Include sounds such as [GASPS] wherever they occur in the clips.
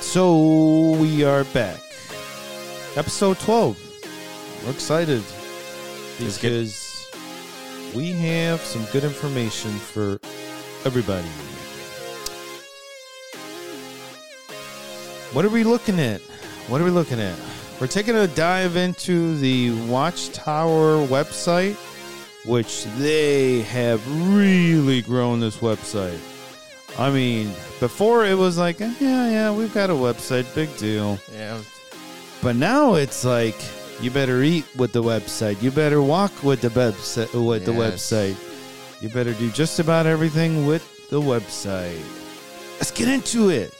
So we are back. Episode 12. We're excited It's good. because we have some good information for everybody. What are we looking at? What are we looking at? We're taking a dive into the Watchtower website, which they have really grown this website. I mean, before it was like, eh, yeah, yeah, we've got a website, big deal. Yeah. But now it's like you better eat with the website. You better walk with the website. With the Yes. website, you better do just about everything with the website. Let's get into it.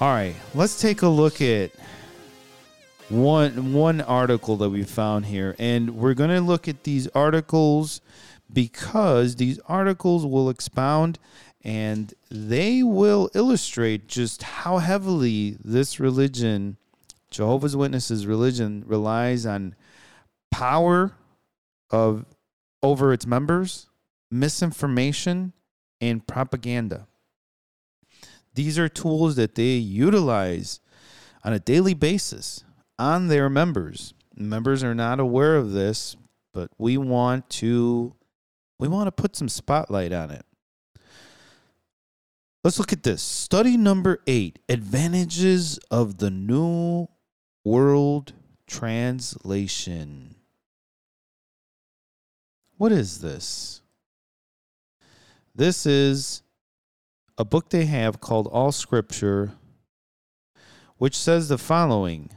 All right, let's take a look at one one article that we found here, and we're going to look at these articles because these articles will expound and they will illustrate just how heavily this religion, Jehovah's Witnesses religion, relies on power of over its members, misinformation, and propaganda. These are tools that they utilize on a daily basis on their members. Members are not aware of this, but we want to we want to put some spotlight on it. Let's look at this. Study number 8, advantages of the new world translation. What is this? This is a book they have called All Scripture which says the following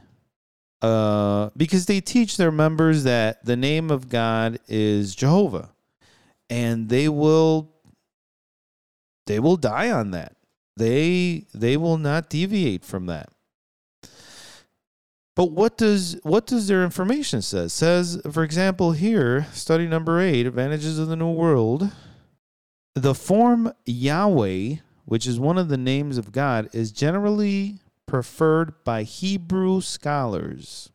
uh, because they teach their members that the name of God is Jehovah and they will they will die on that they they will not deviate from that but what does what does their information says says for example here study number 8 advantages of the new world the form Yahweh which is one of the names of God is generally preferred by Hebrew scholars.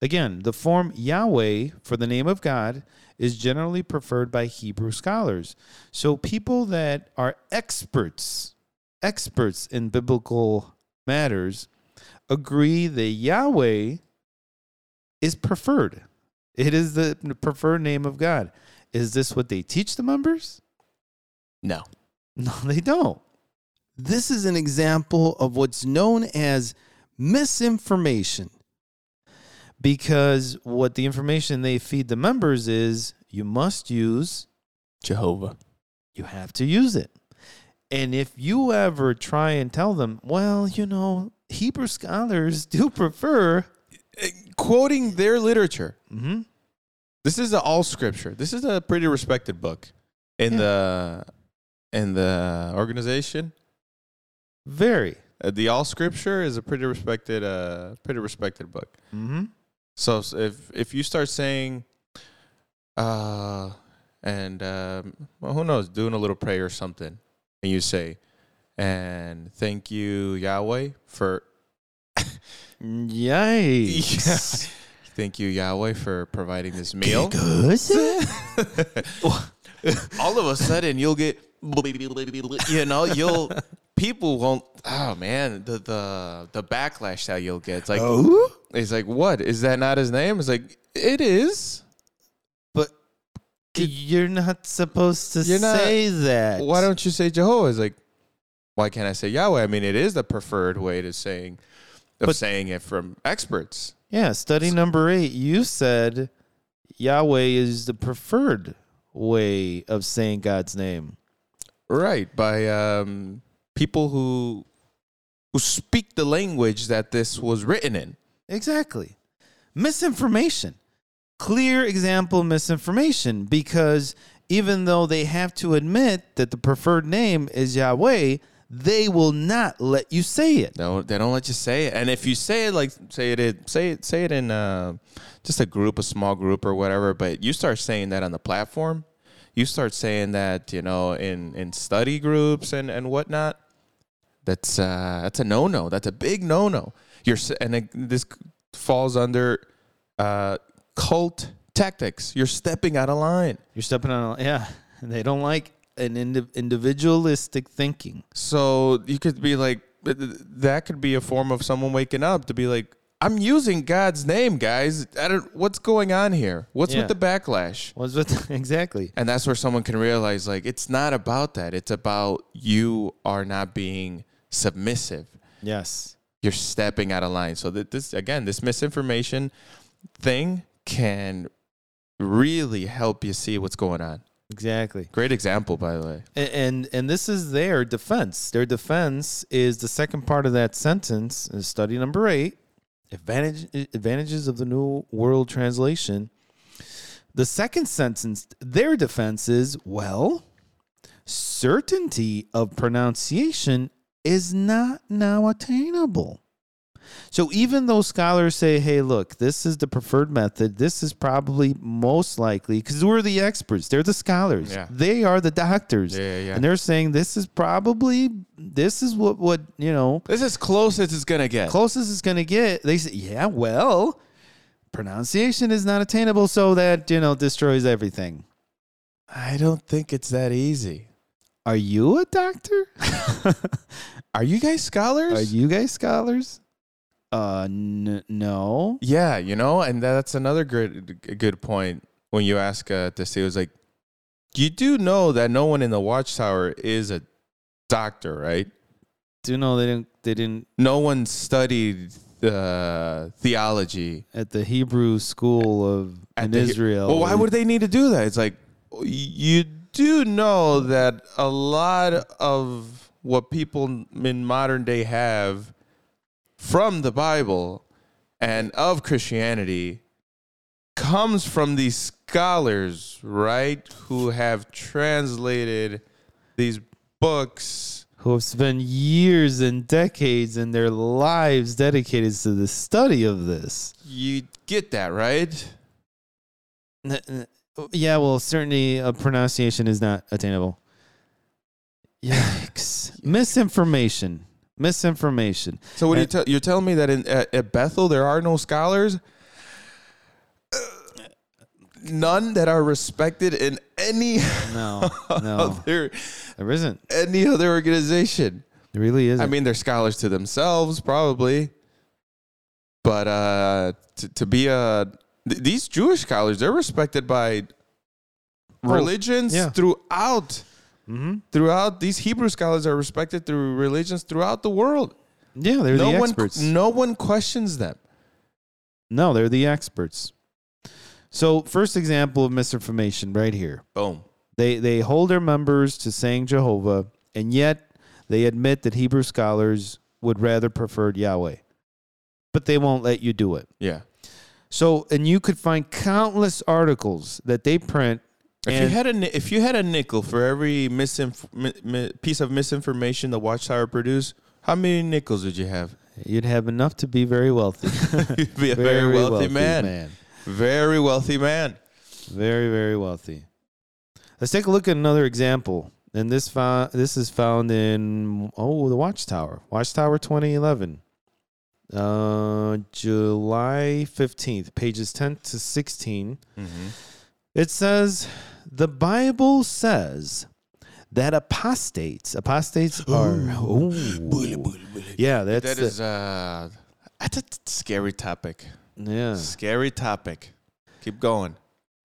Again, the form Yahweh for the name of God is generally preferred by Hebrew scholars. So people that are experts, experts in biblical matters, agree that Yahweh is preferred. It is the preferred name of God. Is this what they teach the members? [LAUGHS] No. No, they don't. This is an example of what's known as misinformation. Because what the information they feed the members is you must use, Jehovah. you have to use it. And if you ever try and tell them, well, you know, Hebrew scholars [LAUGHS] do prefer, Quoting their literature. Mhm. This is a all scripture. This is a pretty respected book in Yeah. the in the organization. very. Uh, the all scripture is a pretty respected uh pretty respected book. Mm-hmm. So s- if if you start saying, uh, and um, well, who knows, doing a little prayer or something, and you say, and thank you Yahweh for Yikes. [LAUGHS] thank you Yahweh for providing this meal. Because- All of a sudden, you'll get you know you'll people won't. Oh man, the the the backlash that you'll get. It's like oh? it's like what is that not his name? It's like it is. But [LAUGHS] you're not supposed to You're not- say that. why don't you say Jehovah? It's like, why can't I say Yahweh? I mean, it is the preferred way to saying of But- saying it from experts. Yeah, study number eight. You said Yahweh is the preferred way of saying God's name. Right. By um, people who who speak the language that this was written in. Exactly. Misinformation. Clear example of misinformation because even though they have to admit that the preferred name is Yahweh, they will not let you say it. No, they don't let you say it. And if you say it like say it in- say it say it in uh, just a group, a small group or whatever, but you start saying that on the platform, you start saying that, you know, in in study groups and and whatnot, that's uh that's a no-no. That's a big no-no. You're s- and it, this falls under uh cult tactics. You're stepping out of line. You're stepping on, yeah, [LAUGHS] they don't like an indi- individualistic thinking. So you could be like, th- th- that could be a form of someone waking up to be like, I'm using God's name, guys. I don't, what's going on here? What's Yeah. with the backlash? Was with [LAUGHS] exactly And that's where someone can realize, like, it's not about that. It's about you are not being submissive. yes. You're stepping out of line. So that this again, this misinformation thing can really help you see what's going on. Exactly. Great example, by the way. A- And and this is their defense. Their defense is the second part of that sentence is study number eight. Advantage, advantages of the New World Translation. The second sentence, their defense is well, certainty of pronunciation is not now attainable. So even though scholars say, hey, look, this is the preferred method, this is probably most likely because we're the experts, they're the scholars, Yeah. they are the doctors. Yeah, yeah, yeah. And they're saying this is probably, this is what, what you know, This is close as it's gonna get. closest it's going to get. They say, yeah, well, pronunciation is not attainable, so that, you know, destroys everything. I don't think it's that easy. Are you a [LAUGHS] doctor? Are you guys scholars? Are you guys scholars? Uh, n- no. yeah, you know, and that's another good good point when you ask uh, to see. It was like, you do know that no one in the Watchtower is a doctor, right? Do you know they didn't? They didn't No one studied uh, theology at the Hebrew school of at in the- Israel. Well, why would they need to do that? It's like you do know that a lot of what people in modern day have from the Bible and of Christianity comes from these scholars, right, who have translated these books. who have spent years and decades in their lives dedicated to the study of this? You get that, right? N- n- oh, Yeah, well, certainty of pronunciation is not attainable. Yikes! Misinformation. Misinformation. So what do you And- tell? You're telling me that in at, at Bethel there are no scholars, Uh, none that are respected in any [LAUGHS] No, no, other there isn't. any other organization. There really isn't. I mean, they're scholars to themselves probably, but uh, to to be a th- these Jewish scholars, they're respected by Oh, religions yeah. throughout hmm throughout these Hebrew scholars are respected through religions throughout the world. yeah, they're no the one experts. no one questions them. No, they're the experts. So, first example of misinformation right here. Boom. They they hold their members to saying Jehovah, and yet they admit that Hebrew scholars would rather preferred Yahweh. But they won't let you do it. Yeah. So, and you could find countless articles that they print If you And- had a ni- if you had a nickel for every misinf- mi- mi- piece of misinformation the Watchtower produced, how many nickels would you have? [LAUGHS] you'd have enough to be very wealthy. You'd be a [LAUGHS] very, wealthy, man. Very wealthy man. Very, very wealthy. Let's take a look at another example. And this fo- this is found in oh the Watchtower, Watchtower 2011, uh, July 15th, pages 10 to 16. Mm-hmm. It says the Bible says that apostates apostates [GASPS] are ooh. yeah that's That the- is uh, that's a t- scary topic. yeah Scary topic. Keep going.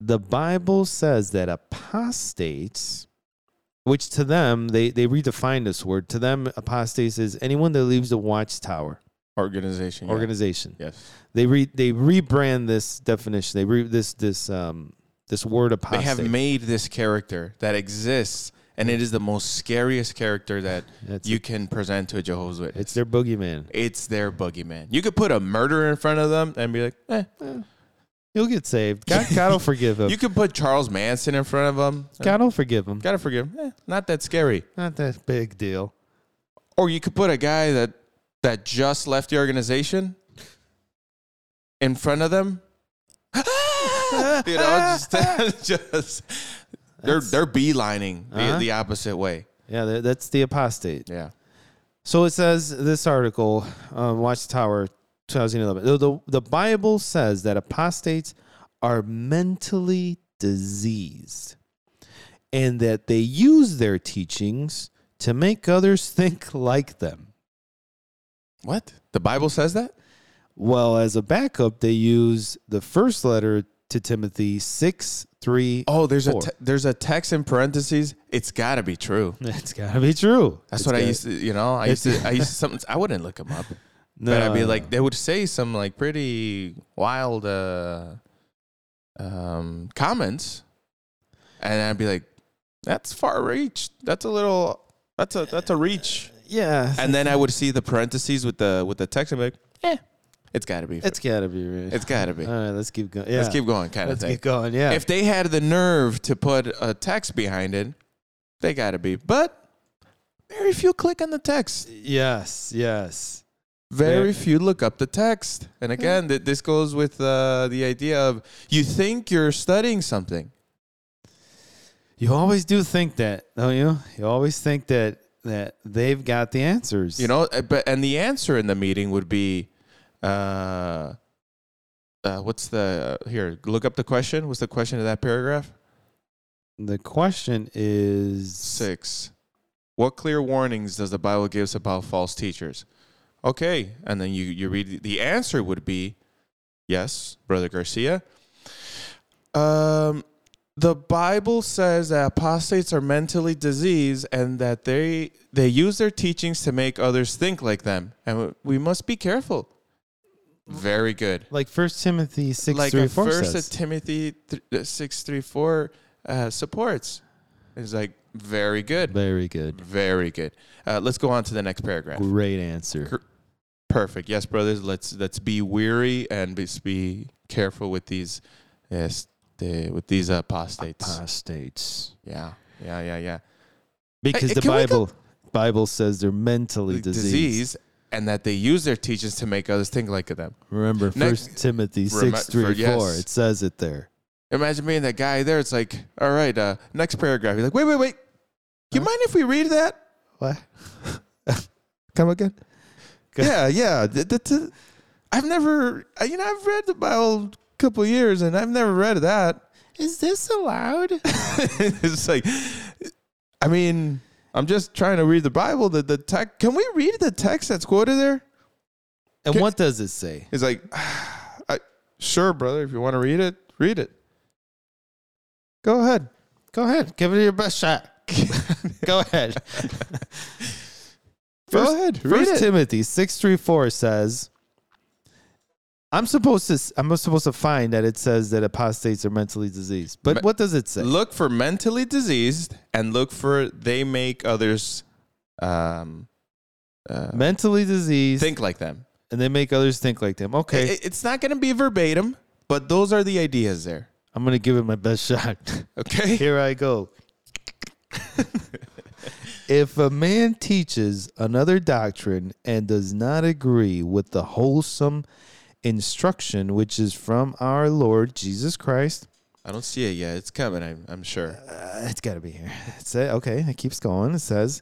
the Bible says that apostates, which to them they they redefine this word. To them, apostates is anyone that leaves the watchtower Organization. yeah. organization. Yes. They re they rebrand this definition. They re this this um this word They apostate. have made this character that exists, and it is the most scariest character that That's you can present to a Jehovah's Witness. it's their boogeyman. It's their boogeyman. You could put a murderer in front of them and be like, eh. He'll get saved. God, God will forgive him. You could put Charles Manson in front of them. God will forgive him. Gotta forgive him. Eh, not that scary. Not that big deal. Or you could put a guy that that just left the organization in front of them. [LAUGHS] you know, just, [LAUGHS] just they're That's- they're beelining the, Uh-huh. the opposite way. Yeah, that, that's the apostate. Yeah. So it says this article, um, Watchtower 2011. The, the, the Bible says that apostates are mentally diseased and that they use their teachings to make others [LAUGHS] think like them. What? The Bible says that? Well, as a backup, they use the first letter to Timothy 6 3. Oh, there's Four. a te- there's a text in parentheses. It's got to be true. [LAUGHS] It's got to be true. That's It's what I gotta- used to, you know. I used It's- to, I [LAUGHS] used to something. I wouldn't look them up, but I'd be like, they would say some like pretty wild uh, um, comments, and I'd be like, that's far reach. That's a little. That's a that's a reach. yeah, And then I would see the parentheses with the with the text. and be like, eh, it's got to be. [LAUGHS] it's got to be right. it's got to be. All right, let's keep going. Yeah. Let's keep going, kind Let's of thing. get going. Yeah. If they had the nerve to put a text behind it, they got to be. But very few click on the text. yes, yes. Very Yeah. few look up the text. And again, th- this goes with uh, the idea of you think you're studying something. You always do think that, don't you? You always think that that they've got the answers. You know, uh, but and the answer in the meeting would be, uh, uh, what's the here? Look up the question. What's the question of that paragraph? The question is Six. What clear warnings does the Bible gives about false teachers? Okay, and then you you read the answer would be, yes, Brother Garcia. Um, the Bible says that apostates are mentally diseased and that they they use their teachings to make others think like them, and we must be careful. Very good like First Timothy six like three a four first says. that Timothy th- uh, six three four uh, supports. It's like very good, Very good. very good. Uh, let's go on to the next paragraph. Great answer. Perfect. Yes, brothers. Let's let's be weary and be, be careful with these, yes, the, with these uh, Uh, apostates. Apostates. yeah, yeah, yeah, yeah. Because Hey, the can we Bible Bible says they're mentally The diseased. disease, and that they use their teachings to make others think like them. Remember Next- First Timothy Remi- six three four. for- yes. It says it there. Imagine being that guy there. It's like, all right, uh, next paragraph. You're like, wait, wait, wait. You mind if we read that? What? Come again? Go- [LAUGHS] Yeah, yeah. Th- th- th- I've never, I- you know, I've read the Bible a couple of years, and I've never read that. Is this allowed? [LAUGHS] it's like, I mean, I'm just trying to read the Bible. The the text. Can we read the text that's quoted there? And Can- what does it say? It's like, [SIGHS] I, sure, brother. If you want to read it, read it. Go ahead. Go ahead. Give it your best [LAUGHS] shot. Go ahead. Go ahead. Read First it. Timothy six three four says, "I'm supposed to. I'm supposed to find that it says that apostates are mentally diseased. But Me- what does it say? Look for mentally diseased, and look for they make others, um, uh, mentally diseased, think like them. and they make others think like them. Okay, I- It's not going to be verbatim, but those are the ideas there. I'm gonna give it my best shot. [LAUGHS] Okay. Here I go. if a man teaches another doctrine and does not agree with the wholesome instruction which is from our Lord Jesus Christ, I don't see it yet. It's coming, I'm, I'm sure. uh, it's got to be here. It's uh, okay. It keeps going. It says,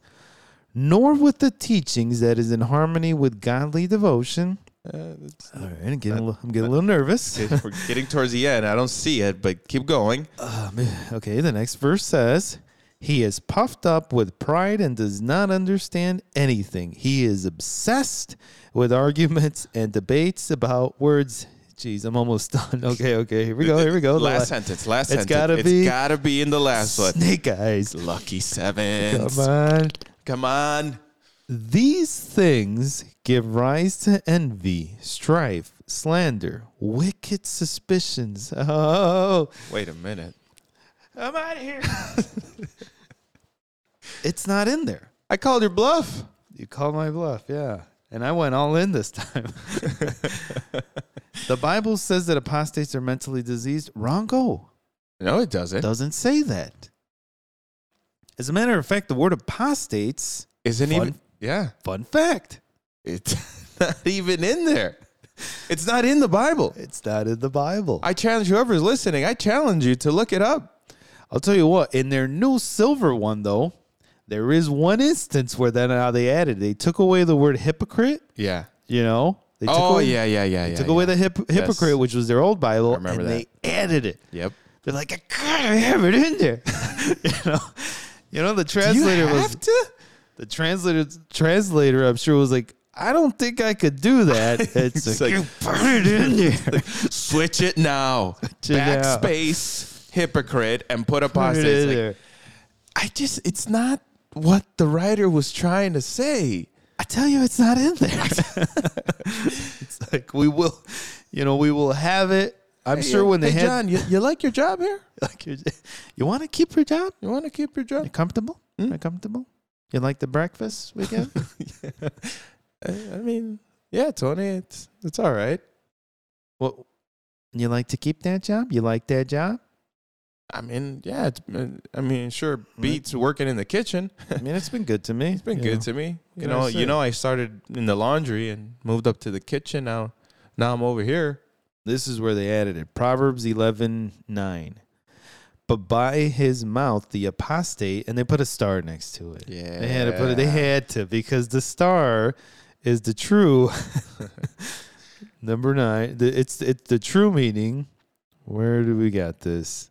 nor with the teachings that is in harmony with godly devotion. Uh, it's- All right, I'm getting, a little, I'm getting a little nervous. [LAUGHS] okay, We're getting towards the end. I don't see it, but keep going. Um, okay, the next verse says, He is puffed up with pride and does not understand anything. He is obsessed with arguments and debates about words. Jeez, I'm almost [LAUGHS] done. Okay, okay, here we Oh, go, here we go. The Last la- sentence. Last It's sentence. gotta be- It's got to be in the last one. Snake eyes. Lucky sevens. Come on. Come on. These things give rise to envy, strife, slander, wicked suspicions. [LAUGHS] Oh, Wait a minute. I'm out of here. it's not in there. I called your bluff. You called my bluff, yeah. And I went all in this time. [LAUGHS] the Bible says that apostates are mentally diseased. Wrong go. No, it doesn't. Doesn't say that. As a matter of fact, the word apostates, Isn't Fun. even. Yeah. fun fact, It's [LAUGHS] not even in there. It's not in the Bible. it's not in the Bible. I challenge whoever's listening, I challenge you to look it up. I'll tell you what, in their new silver one, though, there is one instance where then how they added, they took away the word hypocrite, Yeah. you know? They took Oh away, yeah, yeah, yeah, yeah. Took yeah. away the hip, hypocrite, which was their old Bible, remember and they added it. Yep. They're like, I gotta have it in there. [LAUGHS] you know, you know the You translator was have to? the translator translator I'm sure was like I don't think I could do [LAUGHS] that. It's [LAUGHS] It's like, like- you put it in [LAUGHS] there. Switch [LAUGHS] it now. it out. Backspace, hypocrite, and put Put it apostles. in Like, there. I just, it's not what the writer was trying to say. I tell you, it's not in there. [LAUGHS] it's like we will, you know, we will have it. I'm Hey, sure uh, when they hey, had John, you, you like your job here? [LAUGHS] like your, you want to keep your job. You want to keep your You job? comfortable? Hmm? You comfortable? You like the breakfast we [LAUGHS] get? I, I mean, yeah, Tony, it's it's all right. what? You like to keep that job? You like that job? I mean, yeah, it's, I mean, sure Mm-hmm. beats working in the kitchen. I mean, it's been good to me. It's been good to me. You Can I know, you say? know, I started in the laundry and moved up to the kitchen. Now, now I'm over here. This is where they added it. Proverbs eleven nine. But by his mouth the apostate, and they put a star next to it. Yeah, They had to put it. They had to because the star is the true number nine. The, it's it's the true meaning. Where do we got this?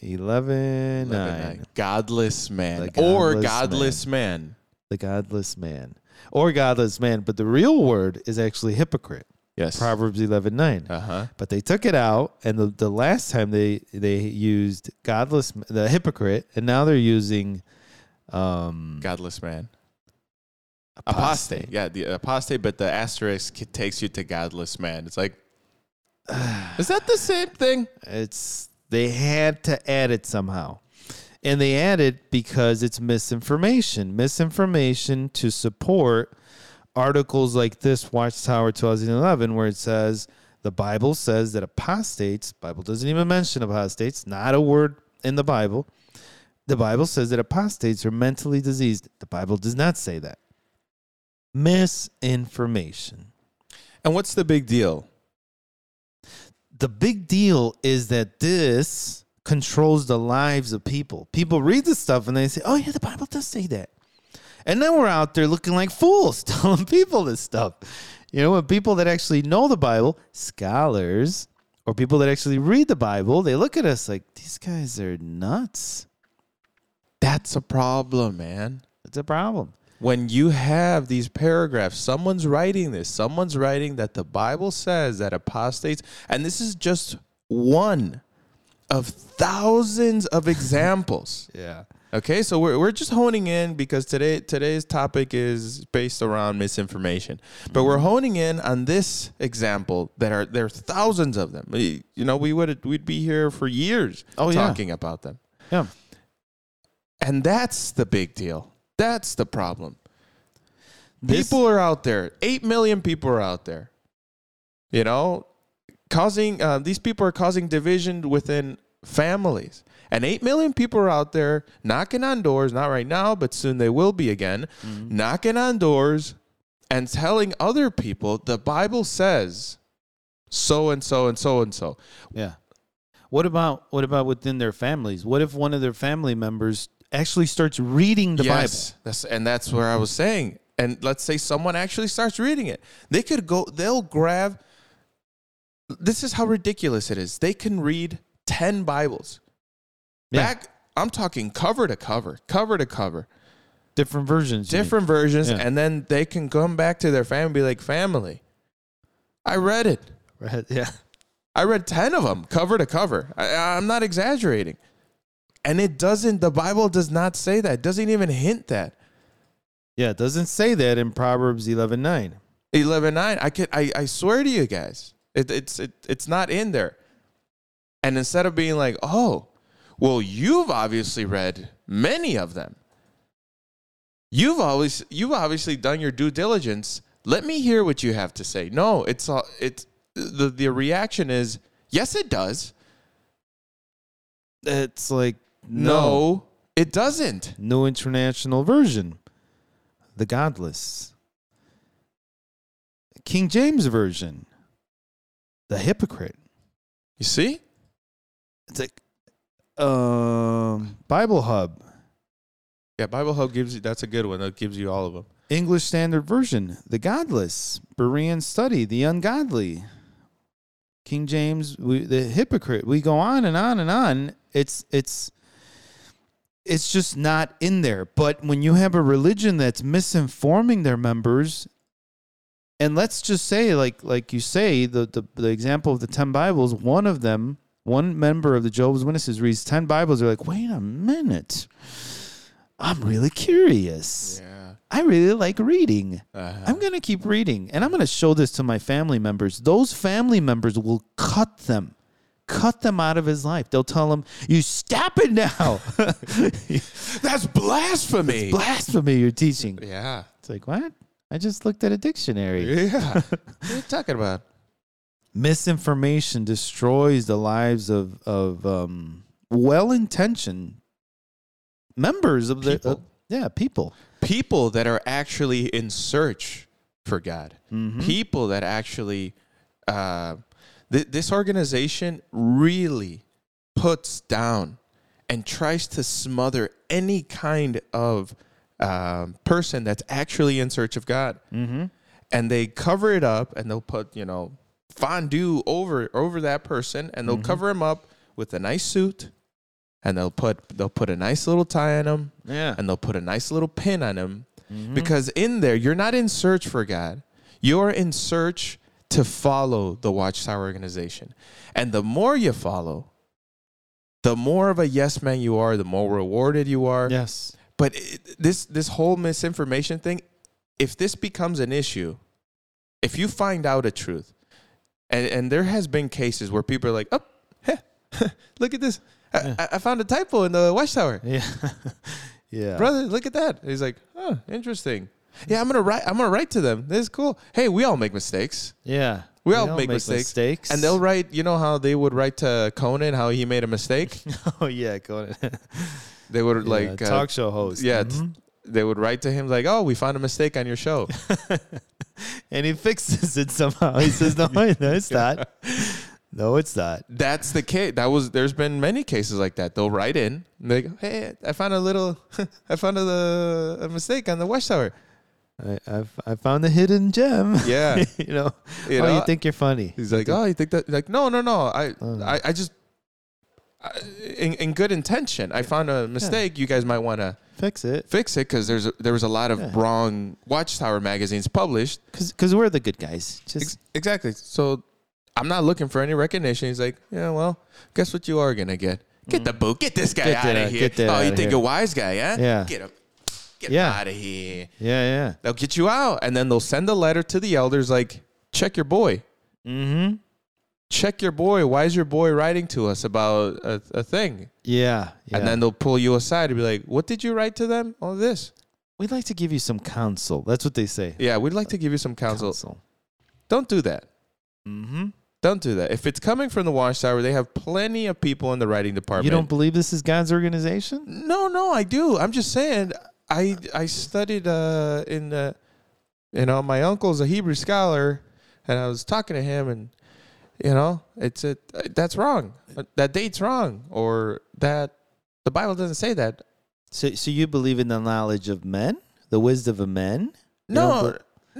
Eleven Look at nine. that. Godless man The or godless godless man. The godless man or godless man, but the real word is actually hypocrite. Yes. Proverbs eleven nine. Uh huh. But they took it out, and the, the last time they they used godless the hypocrite, and now they're using um Godless man. Apostate. Yeah, the apostate, but the asterisk k- takes you to godless man. It's like, [SIGHS] is that the same thing? It's they had to add it somehow. And they added because it's misinformation. Misinformation to support articles like this Watchtower 2011 where it says the Bible says that apostates, Bible doesn't even mention apostates, not a word in the Bible. The Bible says that apostates are mentally diseased. The Bible does not say that. Misinformation. And what's the big deal? the big deal is that this controls the lives of people. People read this stuff and they say, "Oh yeah, the Bible does say that." And then we're out there looking like fools [LAUGHS] telling people this stuff. You know, when people that actually know the Bible, scholars or people that actually read the Bible, they look at us like these guys are nuts. That's a problem, man. It's a problem. when you have these paragraphs, someone's writing this, someone's writing that the Bible says that apostates, and this is just one of thousands [LAUGHS] of examples. Yeah. Okay, so we're, we're just honing in because today today's topic is based around misinformation, but Mm-hmm. we're honing in on this example that are there are thousands of them. You know, we would we'd be here for years Oh, yeah. talking about them. Yeah. And that's the big deal. That's the problem. This- People are out there. Eight million people are out there. You know, causing uh, these people are causing division within families. And eight million people are out there knocking on doors. Not right now, but soon they will be again. Knocking on doors and telling other people the Bible says so and so and so and so. Yeah. What about what about within their families? What if one of their family members actually starts reading the Bible? That's and that's where I was saying. And let's say someone actually starts reading it. They could go they'll grab this is how ridiculous it is. They can read 10 Bibles. Yeah. Back I'm talking cover to cover, cover to cover, Different versions. you mean. different versions Yeah. and then they can come back to their family and be like, "Family, I read it. Right. [LAUGHS] Yeah. I read 10 of them cover to cover. I, I'm not exaggerating. And it doesn't the Bible does not say that. It doesn't even hint that. Yeah, it doesn't say that in Proverbs eleven nine. Eleven nine. I could. I, I swear to you guys, it, it's it, it's not in there. And instead of being like, oh, well, you've obviously read many of them. You've always you've obviously done your due diligence. Let me hear what you have to say. No, it's all it's the the reaction is yes, it does. It's like no, No, it doesn't. no international version. The godless. King James version. The hypocrite. You see? It's like um Bible Hub, Yeah, Bible Hub gives you that's a good one. That gives you all of them. English Standard Version, The Godless, Berean Study, The Ungodly. King James, we, the hypocrite. We go on and on and on. It's it's it's just not in there. But when you have a religion that's misinforming their members, and let's just say, like like you say, the the, the example of the ten Bibles, one of them, one member of the Jehovah's Witnesses reads ten Bibles. They're like, wait a minute, I'm really curious. Yeah. I really like reading. Uh-huh. I'm going to keep reading and I'm going to show this to my family members. Those family members will cut them, cut them out of his life. They'll tell him, You stop it now. [LAUGHS] That's blasphemy. Blasphemy, you're teaching. yeah. It's like, What? I just looked at a dictionary. Yeah. what are you talking about? Misinformation destroys the lives of, of um, well intentioned members of the. People. uh, yeah, people. People that are actually in search for God. People that actually, uh, th- this organization really puts down and tries to smother any kind of um, person that's actually in search of God. Mm-hmm. and they cover it up and they'll put you know fondue over over that person and they'll Mhm. cover him up with a nice suit and they'll put they'll put a nice little tie on him Yeah. and they'll put a nice little pin on him Mm-hmm. because in there you're not in search for God you're in search to follow the watchtower organization and the more you follow the more of a yes man you are the more rewarded you are Yes. but it, this this whole misinformation thing, if this becomes an issue, if you find out a truth, and and there has been cases where people are like, oh, [LAUGHS] heh, look at this, I, Yeah. I- I found a typo in the watchtower, Yeah. [LAUGHS] yeah. brother, look at that. And he's like, oh, interesting. Yeah, I'm gonna write. I'm gonna write to them. This is cool. Hey, we all make mistakes. Yeah. We all make mistakes. And [LAUGHS] they'll write, you know how they would write to Conan how he made a [LAUGHS] mistake? Oh yeah, Conan. They would Yeah, like uh, talk show host. yeah, t- Mhm. they would write to him like, "Oh, we found a mistake on your [LAUGHS] show." and he fixes it somehow. He says, [LAUGHS] "No, no, it's not. No, it's not." That's the case. That was. There's been many cases like that. They'll write in. and They go, hey, I found a little. [LAUGHS] I found a, a mistake on the watchtower. I I've, I found the hidden gem. [LAUGHS] Yeah, you know, you oh, know. you think you're funny? he's like, oh, you think that? Like, no, no, no. I, Oh. I, I just. I, in, in good intention, I found a mistake. You guys might want to Fix it, fix it because there's a, there was a lot of Yeah. wrong Watchtower magazines published. because because we're the good guys. Ex- Just exactly. So I'm not looking for any recognition. He's like, yeah, well, guess what you are gonna get? Get the boot. Get this guy Mm. Get out that- of here. get that oh, you outta think here. you're a wise guy? Yeah. Yeah. Get him. Get Yeah. him out of here. yeah, They'll get you out, and then they'll send a letter to the elders like, check your boy. yeah. Mm-hmm. Check your boy. Why is your boy writing to us about a, a thing? Yeah, yeah. And then they'll pull you aside and be like, "What did you write to them? All this? we'd like to give you some counsel. That's what they say. Yeah, we'd like to give you some counsel. Don't do that. Mm-hmm. Don't do that. If it's coming from the watchtower, they have plenty of people in the writing department. You don't believe this is God's organization? No, no, I do. I'm just saying. I I studied uh, in the, you know, my uncle's a Hebrew scholar, and I was talking to him, and you know, it's a that's wrong. That date's wrong, or that the Bible doesn't say that. So, so you believe in the knowledge of men, the wisdom of men? You don't No,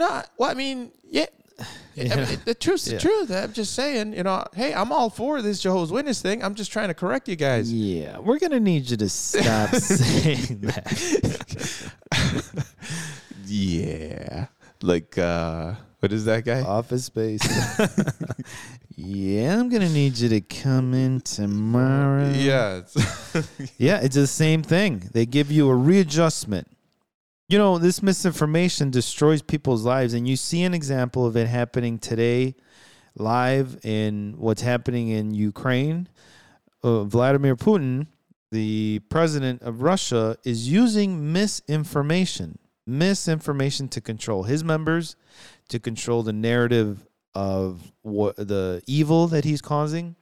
no. Well, I mean, yeah. I Yeah. mean, the truth's the Yeah. truth. I'm just saying, you know, hey, I'm all for this Jehovah's Witness thing. I'm just trying to correct you guys. Yeah, we're gonna need you to stop saying that. Yeah. Like uh what is that guy? Office space. [LAUGHS] yeah, I'm gonna need you to come in tomorrow. Uh, yeah. [LAUGHS] yeah, it's the same thing. They give you a readjustment. You know, this misinformation destroys people's lives, and you see an example of it happening today, live in what's happening in Ukraine. Uh, Vladimir Putin, the president of Russia, is using misinformation, misinformation to control his members, to control the narrative of what the evil that he's causing.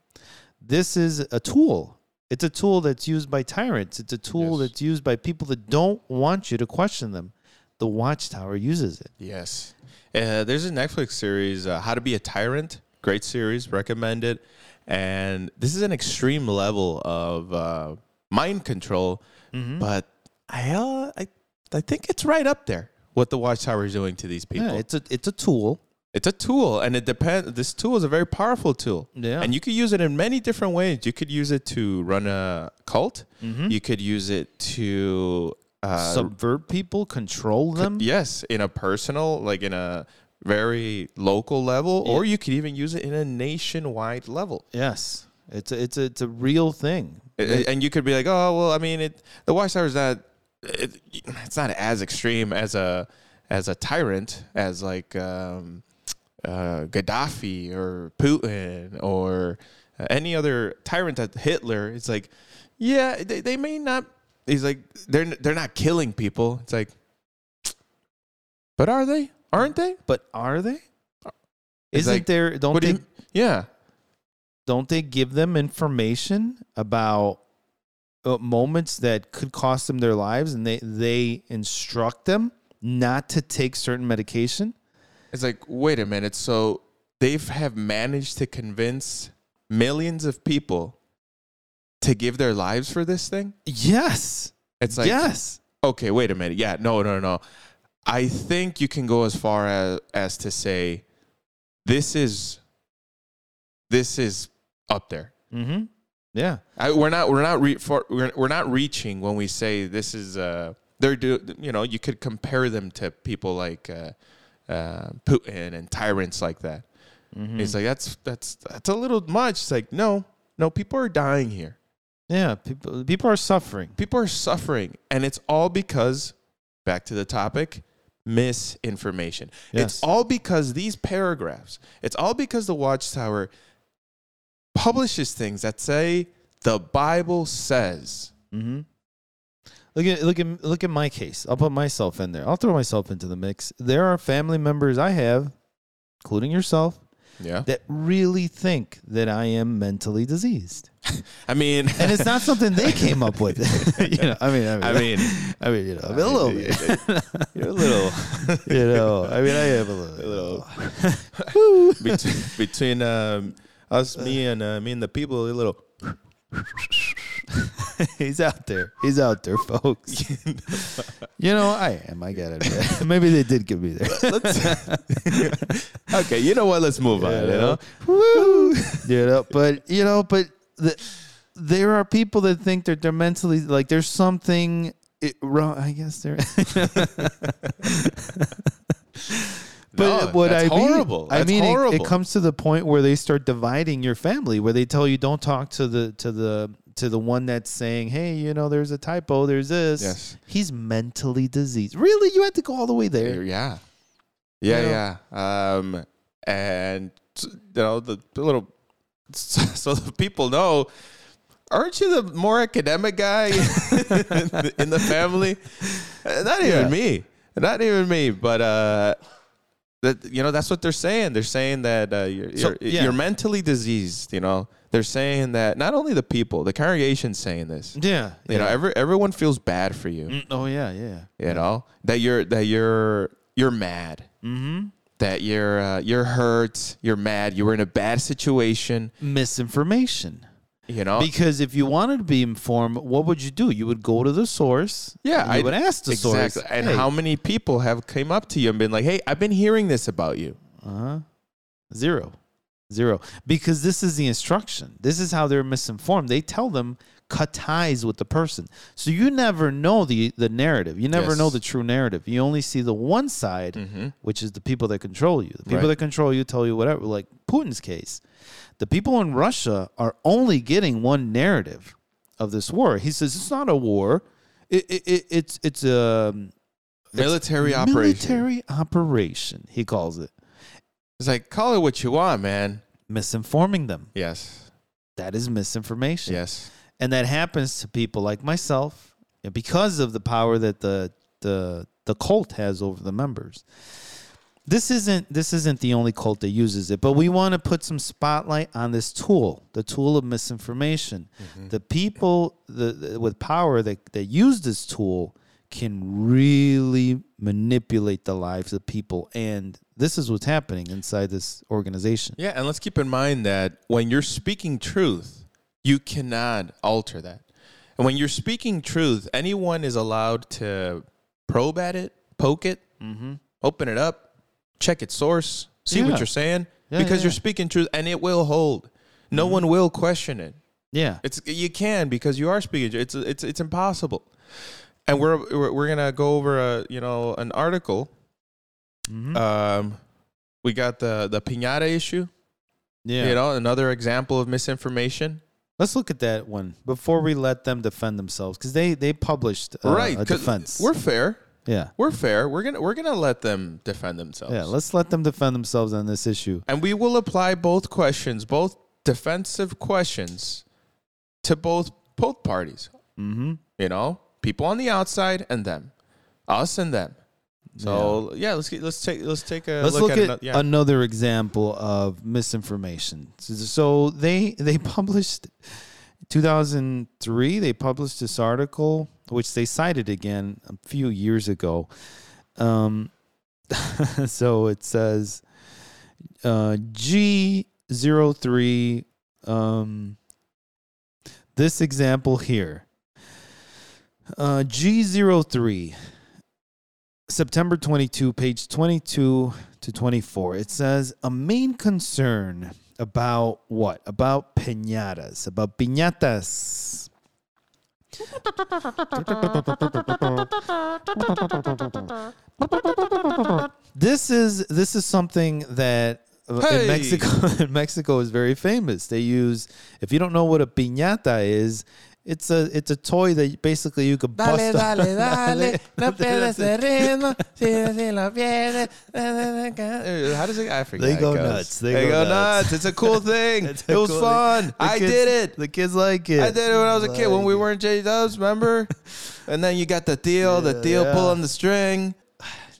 This is a tool. It's a tool that's used by tyrants. It's a tool Yes. that's used by people that don't want you to question them. The Watchtower uses it. yes. Uh, there's a Netflix series, uh, How to Be a Tyrant. Great series, recommend it. And this is an extreme level of uh, mind control, but I, uh, I I think it's right up there what the Watchtower is doing to these people. Yeah, it's a it's a tool. It's a tool, and it depends. This tool is a very powerful tool, Yeah. And you could use it in many different ways. You could use it to run a cult. You could use it to uh, Subvert people, control them. Yes, in a personal, like in a very local level, or you could even use it in a nationwide level. Yes, it's a, it's a, it's a real thing. A- And you could be like, oh well, I mean, it, the watchtower is not, it, it's not as extreme as a as a tyrant as like um, uh, Gaddafi or Putin or uh, any other tyrant that Hitler. It's like, yeah, they, they may not. He's like, they're they're not killing people. It's like, but are they? Aren't they? But are they? It's Isn't like, there? Don't What do they? you- yeah. don't they give them information about uh, moments that could cost them their lives and they they instruct them not to take certain medication It's like, wait a minute. So they've have managed to convince millions of people to give their lives for this thing. yes It's like, yes okay, wait a minute. Yeah, no, no, no. I think you can go as far as, as to say this is this is up there. mm-hmm yeah I, we're not we're not re, for, we're, we're not reaching when we say this is uh they're do you know you could compare them to people like uh, uh, Putin and tyrants like that. Mm-hmm. It's Hmm. like that's that's that's a little much. It's like no no people are dying here. yeah people people are suffering People are suffering, and it's all because back to the topic misinformation. Yes. It's all because these paragraphs. It's all because the Watchtower publishes things that say the Bible says. mm-hmm look at look at look at my case i'll put myself in there i'll throw myself into the mix there are family members i have including yourself Yeah. that really think that i am mentally diseased I [LAUGHS] mean, and it's not something they came up with. [LAUGHS] you know, I mean, I mean, I mean, I mean, you know, I mean, a little bit. you're a little [LAUGHS] you know, I mean, I have a little, between, between um, us, me, and uh, me and the people. A little. He's out there. He's out there, folks. [LAUGHS] you know, I am. I got it. [LAUGHS] Maybe they did give me there. Okay, you know what? Let's move on. You know, Woo! [LAUGHS] you know, but you know, but the, there are people that think that they're mentally like there's something it, wrong. I guess there. [LAUGHS] No, But what that's I horrible. mean, I That's mean, it- It, horrible. comes to the point where they start dividing your family, where they tell you don't talk to the to the to the one that's saying, "Hey, you know, there's a typo, there's this." Yes. he's mentally diseased. Really, you had to go all the way there. Yeah. You Yeah, know? yeah. Um, and you know the, the little [LAUGHS] so, so the people know. Aren't you the more academic guy [LAUGHS] in the- in the family? Uh, Not even Yeah. me. Not even me. But uh, that you know that's what they're saying. They're saying that uh, you're, So, you're, yeah. you're mentally diseased. You know they're saying that not only the people, the congregation's saying this. Mm-hmm. Yeah, You know, every, everyone feels bad for you Mm, oh yeah, yeah. you know that you're that you're you're mad Mm-hmm. that you're uh, you're hurt you're mad you were in a bad situation misinformation. you know Because if you wanted to be informed, what would you do? You would go to the source. yeah and you would ask the exactly. source. and "Hey, how many people have came up to you and been like hey i've been hearing this about you Uh-huh. Zero. Zero. Because this is the instruction. This is how they're misinformed. They tell them cut ties with the person. So you never know the, the narrative. You never Yes. Mm-hmm. know the true narrative. You only see the one side, which is the people that control you. The people Right. that control you tell you whatever, like Putin's case. The people in Russia are only getting one narrative of this war. He says it's not a war. It, it, it, it's it's a military operation military operation. He calls it it's like call it what you want man misinforming them. yes That is misinformation. yes And that happens to people like myself and because of the power that the the the cult has over the members. This isn't this isn't the only cult that uses it, but we want to put some spotlight on this tool, the tool of misinformation. The people the, the- with power that, that use this tool can really manipulate the lives of people and this is what's happening inside this organization. yeah and let's keep in mind that when you're speaking truth you cannot alter that and when you're speaking truth anyone is allowed to probe at it poke it Mm-hmm. open it up, check its source, See Yeah. what you're saying? Yeah, because yeah, you're yeah. Mm-hmm. speaking truth and it will hold. No one will question it. Yeah. It's you can because you are speaking. truth. It's it's it's impossible. And we're we're, we're gonna go over a you know an article. Mhm. Um, we got the the pinata issue. yeah. You know another example of misinformation. Let's look at that one before we let them defend themselves because they they published uh, right. a 'cause defense. We're fair. yeah. We're fair. We're gonna we're gonna let them defend themselves. Yeah. Let's let them defend themselves on this issue. and we will apply both questions, both defensive questions, to both both parties. Mm-hmm. You know, people on the outside and them, us and them. So yeah, let's get, let's take let's take a Let's look, look, at, another, yeah. another example of misinformation. So- So they they published 2003 they published this article which they cited again a few years ago. Um, [LAUGHS] so it says uh, G03 um, this example here. Uh, G03 September 22, page 22 to 24. It says a main concern about what? About piñatas, about piñatas. This is this is something that uh, Hey! in Mexico [LAUGHS] in Mexico is very famous. They use if you don't know what a piñata is, it's a it's a toy that basically you could bust Dale, up- [LAUGHS] [LAUGHS] dale, dale, no pierdas el ritmo, si, si lo pierdes. Uh, How does it? I forget. They how it go goes. nuts. They they go go nuts. It's a [LAUGHS] cool thing. It's it a was cool thing. fun. The I kids- did it. The kids like it. I did it when I was a kid when we Like weren't J Dubs. [LAUGHS] Remember? and then you got the deal. Yeah, the deal yeah. pulling the string. it.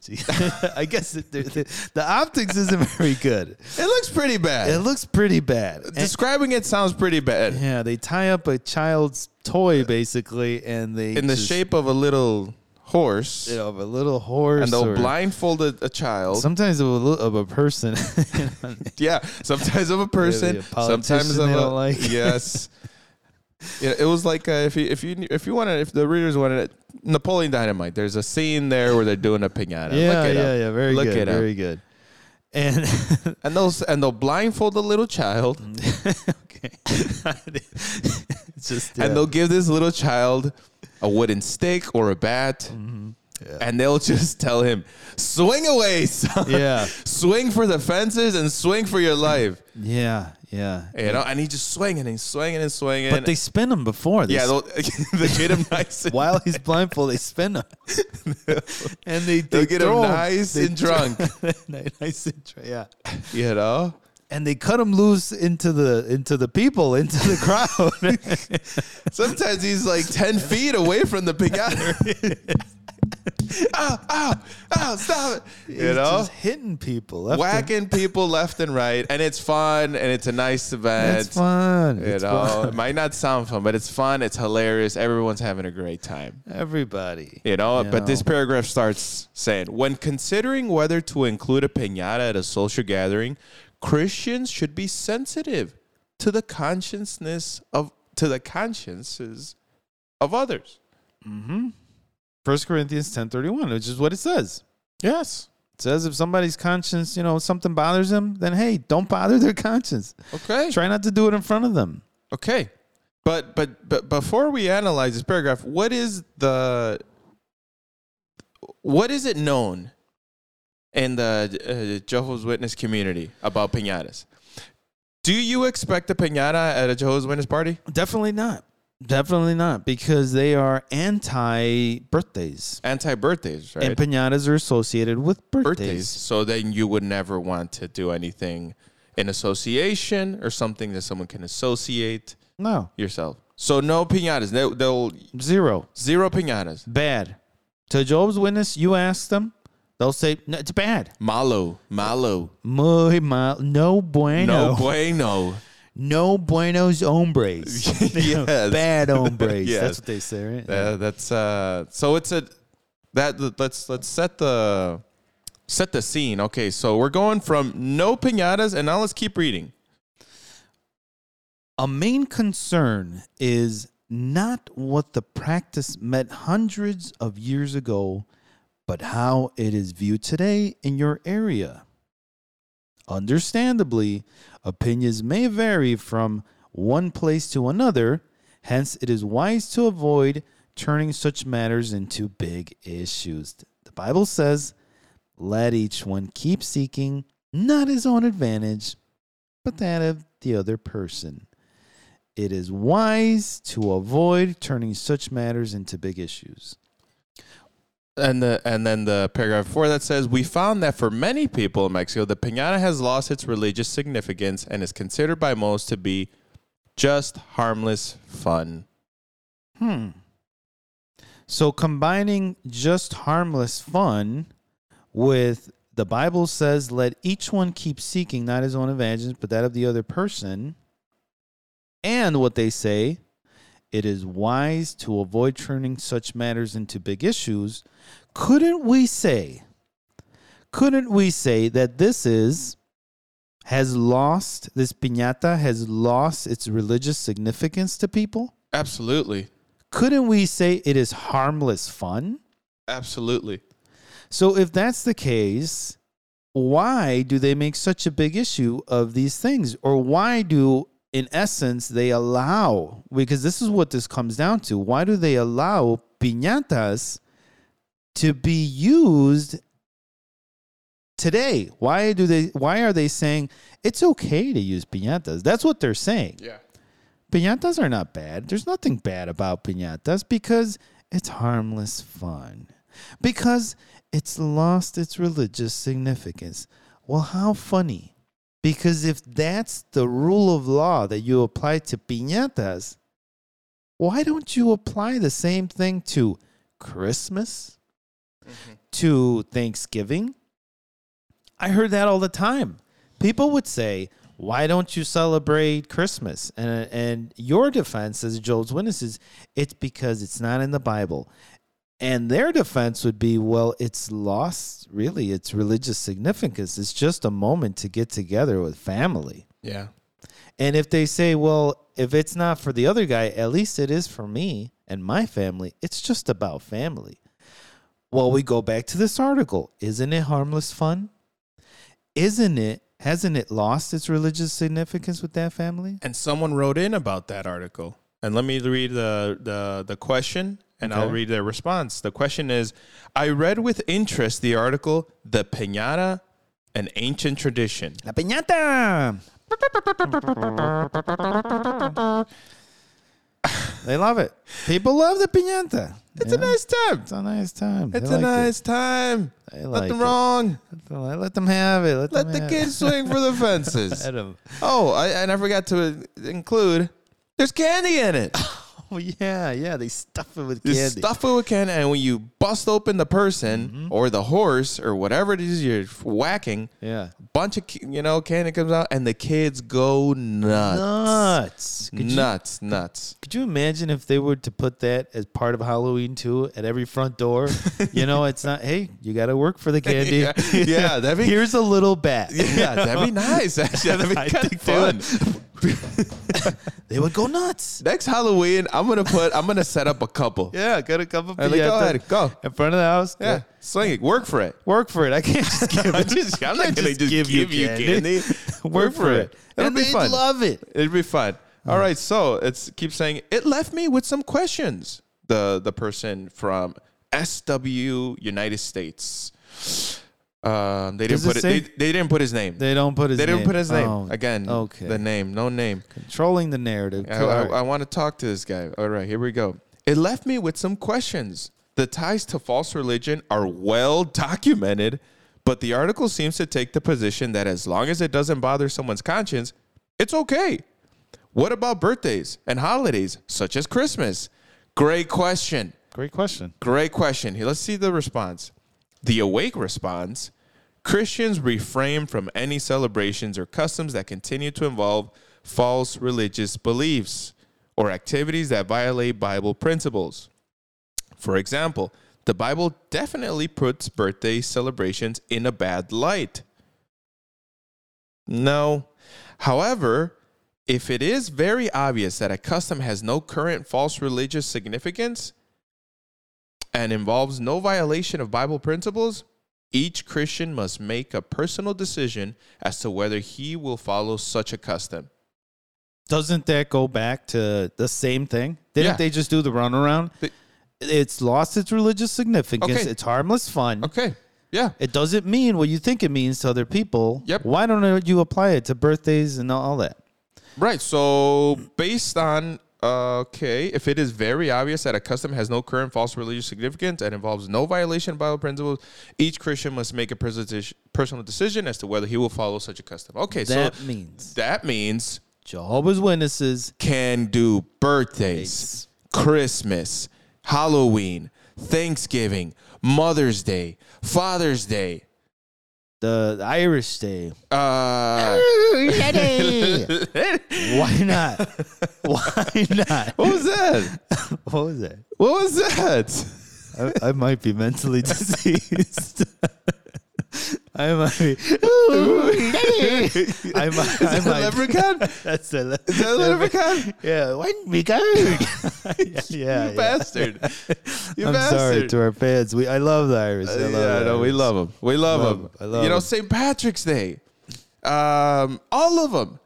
[LAUGHS] I guess it, the, the, the optics isn't very good. It looks pretty It bad. Eh. looks pretty bad. And- Describing it sounds pretty bad. yeah, they tie up a child's toy basically, and they in the just, shape of a little horse, you know, of a little horse, and they'll or blindfold a, a child. sometimes of a, little, of a person. [LAUGHS] [LAUGHS] yeah, sometimes of a person, a politician sometimes of they a don't like. [LAUGHS] yes. Yeah, it was like uh, if you if you if you want to if the readers wanted it, Napoleon Dynamite. There's a scene there where they're doing a pinata. yeah, Look it yeah, up. yeah. Very Look good. it up. very good. And [LAUGHS] And they'll s- and they'll blindfold the little child, Mm-hmm. okay, [LAUGHS] It's just yeah. and they'll give this little child a wooden stick or a bat, Mm-hmm. and they'll just tell him, "Swing away, son. yeah, swing for the fences, and swing for [LAUGHS] your life." yeah, yeah. You know, and he's just swinging and swinging and swinging. But they spin them before. They [LAUGHS] yeah, they'll- [LAUGHS] they get him nice. And, while he's blindfolded, they spin [LAUGHS] him, and they, they'll they get him throw nice They and drunk. [LAUGHS] nice and dr- yeah. you know, And they cut him loose into the into the people, into the [LAUGHS] crowd. sometimes he's like ten feet away from [LAUGHS] the pinata. ow, ow, ow! ah, Stop it! You He's know, just hitting people. Left and- whacking people left and right, and it's fun, and it's a nice event. That's fun. You It's know, fun. [LAUGHS] it might not sound fun, but it's fun. It's hilarious. Everyone's having a great time. Everybody. You know, You but this know. paragraph starts saying when considering whether to include a pinata at a social gathering, Christians should be sensitive to the consciousness of to the consciences of others. Mm-hmm. First Corinthians ten thirty one, which is what it says. Yes. It says if somebody's conscience, you know, something bothers them, then hey, don't bother their conscience. Okay. Try not to do it in front of them. Okay. But but but before we analyze this paragraph, what is the what is it known in the uh, Jehovah's Witness community about piñatas? Do you expect a piñata at a Jehovah's Witness party? Definitely not. Definitely not, because they are anti birthdays. Anti birthdays, right? And pinatas are associated with birthdays. birthdays. So then you would never want to do anything in association or something that someone can associate No. yourself. So no piñatas. They'll, they'll Zero. zero piñatas. Bad. To Job's witness, you ask them, they'll say, no, it's bad. Malo, malo. Muy mal. No bueno. No No, [LAUGHS] bueno. buenos hombres. [LAUGHS] Yes. Bad [LAUGHS] hombres. Yes. That's what they say, right? Uh, that's uh so it's a that let's let's set the set the scene. Okay, so we're going from no piñatas and now let's keep reading. A main concern is not what the practice meant hundreds of years ago, but how it is viewed today in your area. Understandably, opinions may vary from one place to another, hence, it is wise to avoid turning such matters into big issues. The Bible says, Let each one keep seeking not his own advantage, but that of the other person. It is wise to avoid turning such matters into big issues. And the and then the paragraph before that says we found that for many people in Mexico, the piñata has lost its religious significance and is considered by most to be just harmless fun. Hmm. So combining just harmless fun with the Bible says, let each one keep seeking not his own advantage, but that of the other person. And what they say, it is wise to avoid turning such matters into big issues. Couldn't we say, couldn't we say that this is, has lost, this piñata has lost its religious significance to people? Absolutely. Couldn't we say it is harmless fun? Absolutely. So if that's the case, why do they make such a big issue of these things? Or why do in essence they allow because this is what this comes down to. Why do they allow piñatas to be used today? Why do they why are they saying it's okay to use piñatas? That's what they're saying Yeah. piñatas are not bad. There's nothing bad about piñatas because it's harmless fun. Because it's lost its religious significance. Well, how funny. Because if that's the rule of law that you apply to piñatas, why don't you apply the same thing to Christmas, to Thanksgiving? I heard that all the time. People would say, "Why don't you celebrate Christmas?" And and your defense as Joel's Witnesses, it's because it's not in the Bible. And their defense would be, "Well, it's lost really its religious significance. It's just a moment to get together with family." Yeah. And if they say, "Well, if it's not for the other guy, at least it is for me and my family. It's just about family." Well, we go back to this article. Isn't it harmless fun? Isn't it? Hasn't it lost its religious significance with that family? And someone wrote in about that article. And let me read the the, the question and I'll Okay. read their response. The question is I read with interest the article The Piñata, an ancient tradition. La piñata. they love it. People love the piñata. It's a nice time. It's a nice time. It's a nice time. They Nothing like it. wrong. Let them have it. Let, Let them the have kids swing for the fences. [LAUGHS] Let 'em. Oh, I, and I forgot to include there's candy [LAUGHS] in it. Oh yeah, yeah. They stuff it with You candy. Mm-hmm. stuff it with candy, and when you bust open the person or the horse or whatever it is you're whacking, Yeah. bunch of ca- you know candy comes out, and the kids go nuts, Nuts. Could, You, nuts, [LAUGHS] nuts. could you imagine if they were to put that as part of Halloween too at every front door? [LAUGHS] you know, it's not. Hey, you got to work for [LAUGHS] the candy. [LAUGHS] Yeah, yeah, that'd [LAUGHS] be Here's a little [LAUGHS] bat. yeah, that'd be [LAUGHS] nice. Actually, that'd be I kind of think they fun. would. They would go nuts. Next Halloween, I'm gonna put, I'm gonna set up a couple. Yeah, got a couple of And like, go ahead, go. in front of the house. Yeah, go. swing it, work for it. Work for it. I can't just give [LAUGHS] I'm, it. just, I'm not Can't gonna just, give, you candy. [LAUGHS] Work for it. It'll And be they'd fun. love it. It'd be fun. All right, so it's keep saying it left me with some questions. The the person from SW United States. Um, they didn't Does it put it. say- They, they didn't put his name. They, They don't put his. name. didn't put his name Oh, again. Okay. the name, no name. Controlling the narrative. I, All I, right. I want to talk to this guy. All right, here we go. It left me with some questions. The ties to false religion are well documented, but the article seems to take the position that as long as it doesn't bother someone's conscience, it's okay. What about birthdays and holidays such as Christmas? Great question. Great question. Great question. Here, let's see the response. The awake response Christians refrain from any celebrations or customs that continue to involve false religious beliefs or activities that violate Bible principles. For example, the Bible definitely puts birthday celebrations in a bad light. No. However, if it is very obvious that a custom has no current false religious significance, and involves no violation of Bible principles, Each Christian must make a personal decision as to whether he will follow such a custom. Doesn't that go back to the same thing? Didn't Yeah. they just do the runaround? They- it's lost its religious significance. Okay. It's harmless fun. Okay. Yeah. It doesn't mean what you think it means to other people. Yep. Why don't you apply it to birthdays and all that? Right. So based on uh, okay, if it is very obvious that a custom has no current false religious significance and involves no violation of Bible principles, each Christian must make a persi- personal decision as to whether he will follow such a custom. Okay, that so means that means Jehovah's Witnesses. can do birthdays, Christmas, Halloween, Thanksgiving, Mother's Day, Father's Day. The the Irish Day. [LAUGHS] Uh, Why not? Why not? what was that? What was that? What was [LAUGHS] that? I, I might be mentally [LAUGHS] diseased. [LAUGHS] I might be. I might. I Is that might [LAUGHS] a leprechaun? That's the. Is that a leprechaun? [LAUGHS] Yeah. When we [LAUGHS] go. yeah. yeah. You [LAUGHS] bastard. You I'm sorry bastard. to our fans. We I love the Irish. I Uh, love yeah, the no, we Irish. love them. We love, Love 'em. 'em. I love you know, 'em. St. Patrick's Day. Um, all of them.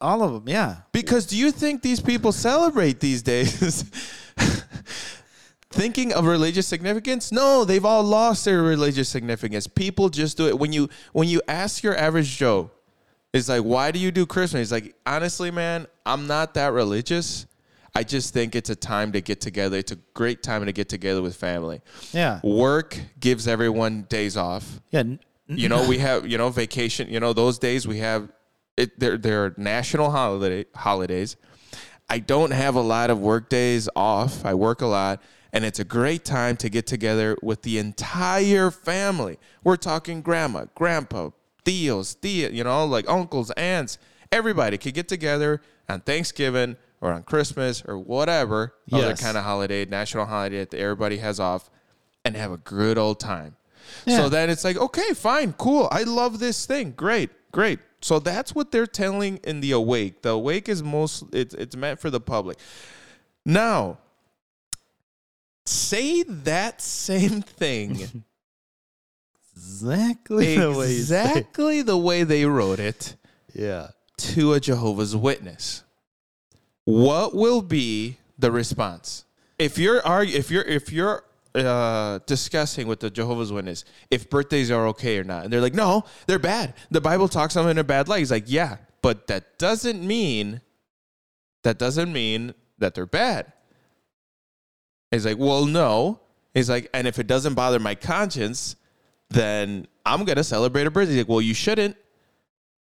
all of them. Yeah. Because do you think these people celebrate these days? [LAUGHS] Thinking of religious significance? No, they've all lost their religious significance. People just do it. When you when you ask your average Joe, it's like, why do you do Christmas? He's like, honestly, man, I'm not that religious. I just think it's a time to get together. It's a great time to get together with family. Yeah. Work gives everyone days off Yeah. n- you know we have you know vacation you know those days we have it they're, they're national holiday holidays i don't have a lot of work days off i work a lot and it's a great time to get together with the entire family we're talking grandma grandpa tios tia you know like uncles aunts everybody could get together on thanksgiving or on christmas or whatever other Yes. kind of holiday national holiday that everybody has off and have a good old time Yeah. so then it's like, okay, fine, cool. I love this thing. Great, great. So that's what they're telling in the awake. The awake is most it's it's meant for the public. Now, say that same [LAUGHS] thing Exactly. the way you say it. exactly the way they wrote it [LAUGHS] Yeah. to a Jehovah's Witness. What will be the response if you're argu- if you're if you're uh, discussing with the Jehovah's Witness if birthdays are okay or not, and they're like, no, they're bad. The Bible talks them in a bad light. He's like, yeah, but that doesn't mean that doesn't mean that they're bad. He's like, well, no. He's like, and if it doesn't bother my conscience, then I'm gonna celebrate a birthday. He's like, well, you shouldn't.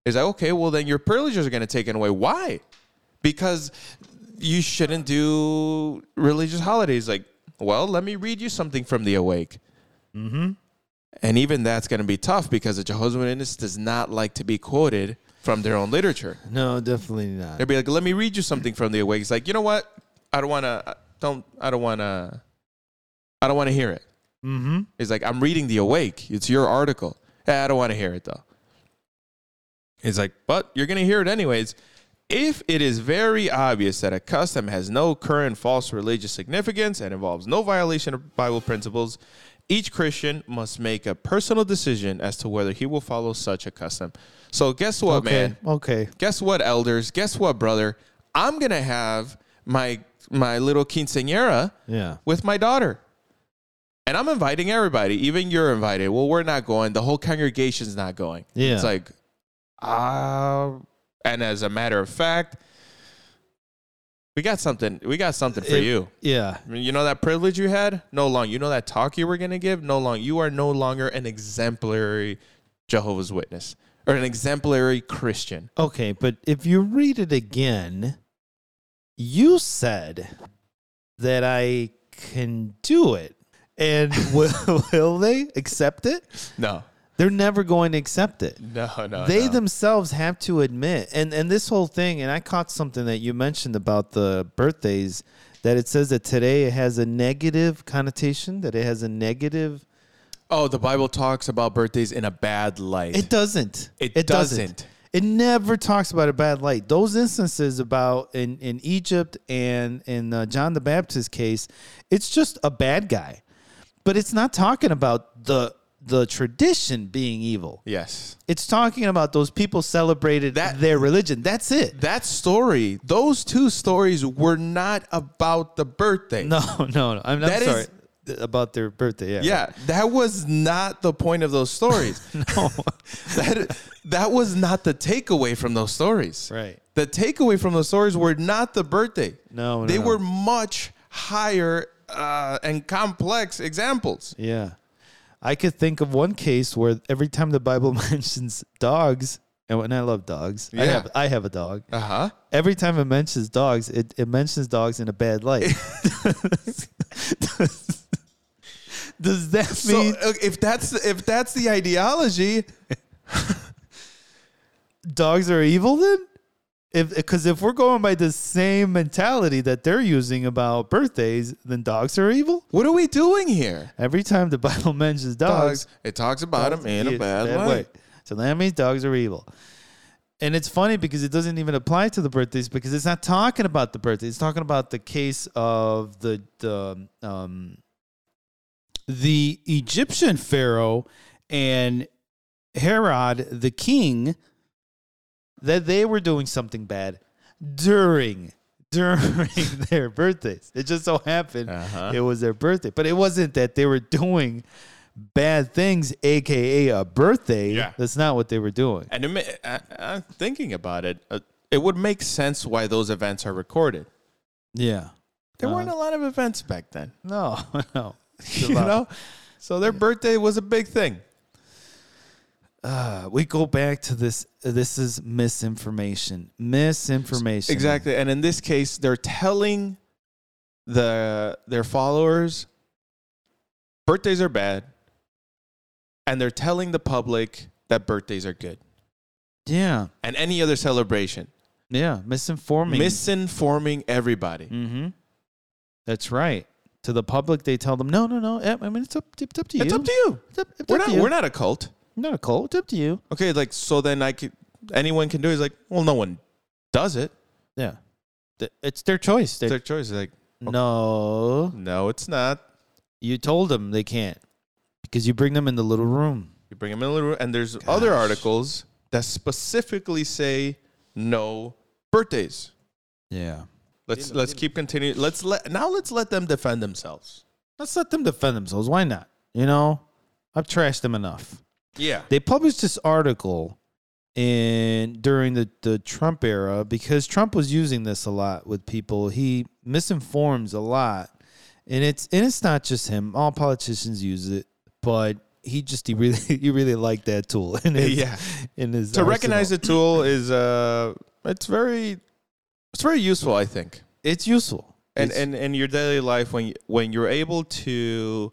He's like, okay, well then your privileges are gonna take it away. Why? Because you shouldn't do religious holidays. Like, well, let me read you something from the awake. Mm-hmm. And even that's gonna be tough because the Jehovah's Witness does not like to be quoted from their own literature. No, definitely not. They'd be like, "Let me read you something from the awake." He's like, "You know what? I don't want to. Don't. I don't want to. I don't want to hear it." Mm-hmm. He's like, "I'm reading the awake. It's your article. "Eh, I don't want to hear it though." He's like, "But you're gonna hear it anyways." If it is very obvious that a custom has no current false religious significance and involves no violation of Bible principles, each Christian must make a personal decision as to whether he will follow such a custom. So, guess what, okay. man? Okay. guess what elders guess what brother i'm gonna have my my little quinceañera Yeah. with my daughter and i'm inviting everybody even you're invited well we're not going the whole congregation's not going Yeah. it's like uh, and as a matter of fact we got something we got something for It- you Yeah. I mean, you know that privilege you had no long you know that talk you were gonna give no long you are no longer an exemplary jehovah's witness or an exemplary christian Okay, but if you read it again, you said that I can do it. And will, will they accept it? No, They're never going to accept it. no, no. they no. themselves have to admit and and this whole thing and i caught something that you mentioned about the birthdays that it says that today it has a negative connotation that it has a negative Oh, the Bible talks about birthdays in a bad light. it doesn't It doesn't. it never talks about a bad light those instances about in in egypt and in uh, john the baptist case it's just a bad guy but it's not talking about the the tradition being evil. Yes. It's talking about those people celebrated That- their religion. That's it. That story, those two stories were not about the birthday. [LAUGHS] No, no, no. I'm, I'm That is- sorry Th- about their birthday. Yeah. Yeah, that was not the point of those stories. [LAUGHS] No. [LAUGHS] that that was not the takeaway from those stories. Right. The takeaway from those stories were not the birthday. No, no, they no. were much higher uh, and complex examples. yeah. I could think of one case where every time the Bible [LAUGHS] mentions dogs, and when I love dogs, I Yeah. have I have a dog. Uh huh. Every time it mentions dogs, it, it mentions dogs in a bad light. does, does that So mean uh, if that's if that's the ideology, dogs are evil then? If because if we're going by the same mentality that they're using about birthdays, then dogs are evil. what are we doing here? Every time the [LAUGHS] Bible mentions dogs, It talks about them in a Yeah, bad, bad way. So that means dogs are evil. And it's funny because it doesn't even apply to the birthdays because it's not talking about the birthday. It's talking about the case of the the um the Egyptian pharaoh and Herod the king that they were doing something bad during [LAUGHS] during their birthdays. It just so happened Uh-huh. it was their birthday, but it wasn't that they were doing bad things, aka a birthday. Yeah. That's not what they were doing. And it ma- I, I'm thinking about it. Uh, it would make sense why those events are recorded. Yeah. There Uh-huh. weren't a lot of events back [LAUGHS] then. No, no. It's [LAUGHS] you about- know so their birthday was a big thing Uh, we go back to this. This is misinformation. Misinformation. exactly and in this case they're telling the their followers birthdays are bad and they're telling the public that birthdays are good Yeah. and any other celebration Yeah. Misinforming. misinforming everybody Mm-hmm. That's right. To the public, they tell them, no, no, no. eh, I mean, it's up, it's up to you. it's up to you It's up- it's up we're to not you. we're not a cult not a cult. It's up to you. okay like so then i could anyone can do it. it's like well no one does it Yeah. Th- It's their choice. They- it's their choice like no. no it's not You told them they can't because you bring them in the little room. You bring them in the room, and there's other Gosh. articles that specifically say no birthdays. Yeah. Let's let's keep continuing. Let's let now let's let them defend themselves. Let's let them defend themselves. Why not? You know, I've trashed them enough. Yeah. They published this article in during the, the Trump era because Trump was using this a lot with people. He misinforms a lot. And it's and it's not just him. All politicians use it, but he just he really [LAUGHS] he really liked that tool. In his, Yeah. In his To recognize arsenal. the tool is uh it's very it's very useful, I think. it's useful. And It's- and in your daily life when you, when you're able to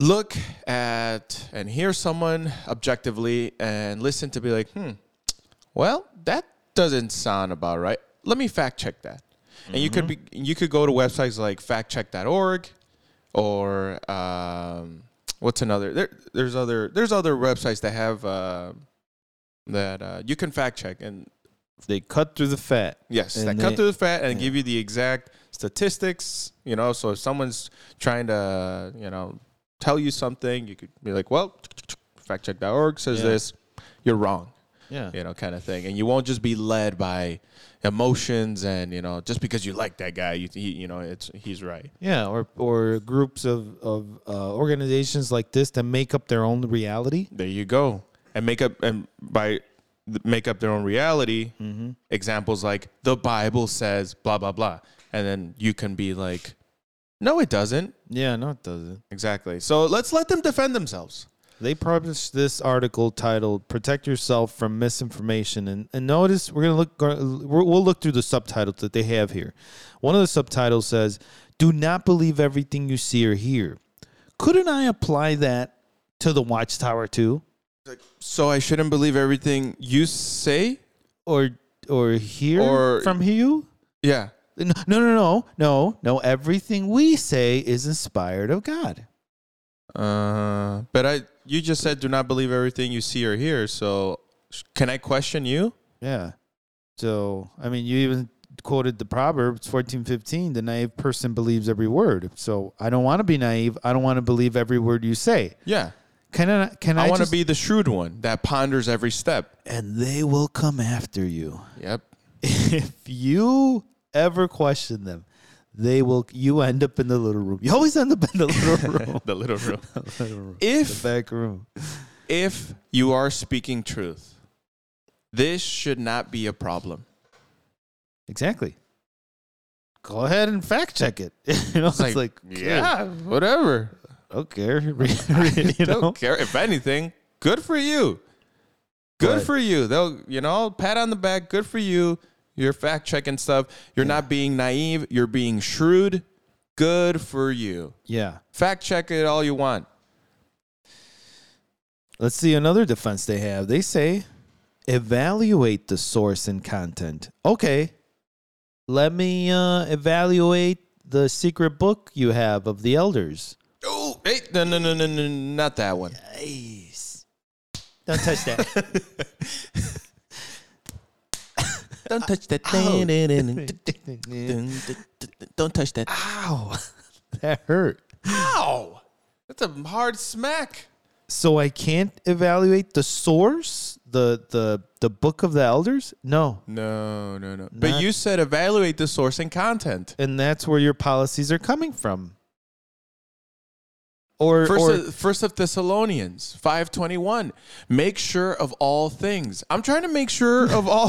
look at and hear someone objectively and listen to be like, "Hmm, well, that doesn't sound about right. Let me fact check that." And you could be you could go to websites like factcheck.org or um, what's another there there's other there's other websites that have uh, that uh, you can fact check and Mm-hmm. they cut through the fat. Yes, And that they- cut through the fat and yeah. give you the exact statistics. You know, so if someone's trying to, you know, tell you something, you could be like, well, factcheck.org says Yeah. this, you're wrong, Yeah. you know, kind of thing. And you won't just be led by emotions and, you know, just because you like that guy, you, he, you know, it's he's right. Yeah, or or groups of of uh, organizations like this that make up their own reality. There you go. And make up, and by th- make up their own reality, Mm-hmm. examples like the Bible says blah, blah, blah. And then you can be like, no, it doesn't. Yeah, no, it doesn't. Exactly. So let's let them defend themselves. They published this article titled "Protect Yourself from Misinformation," and, and notice we're gonna look. go- we're- We'll look through the subtitles that they have here. One of the subtitles says, "Do not believe everything you see or hear." Couldn't I apply that to the Watchtower too, So I shouldn't believe everything you say? or or hear Or- from you? Yeah. No, no, no, no, no, no. Everything we say is inspired of God. Uh, but I you just said do not believe everything you see or hear. So sh- can I question you? Yeah. So, I mean, you even quoted the Proverbs fourteen fifteen: the naive person believes every word. So I don't want to be naive. I don't want to believe every word you say. Yeah. Can I? Can I, I, want just- to be the shrewd one that ponders every step. And they will come after you [LAUGHS] [LAUGHS] Yep. if you ever question them. They will. You end up in the little room. You always end up in the [LAUGHS] little room. The little room. Little room. if the back room. if you are speaking truth, this should not be a problem. Exactly. Go ahead and fact check it. [LAUGHS] you know, it's like, yeah, yeah, whatever. okay, [LAUGHS] you [LAUGHS] Don't know, care. If anything, good for you. Good But- for you. They'll, you know, pat on the back. Good for you. You're fact checking stuff. You're not being naive. You're being shrewd. Good for you. yeah. Fact check it all you want. Let's see another defense they have. They say evaluate the source and content. Okay. Let me uh, evaluate the secret book you have of the elders. Oh, hey, no, no, no, no, no, not that one. Nice. Don't touch [LAUGHS] that. Don't touch that. Uh, [LAUGHS] Ow. Don't touch that. Ow. That hurt. Ow. That's a hard smack. So I can't evaluate the source, the the the book of the elders? No. No, no, no. But Not- you said evaluate the source and content. And that's where your policies are coming from. Or, First, or of, first of Thessalonians five twenty one. Make sure of all things. I'm trying to make sure of all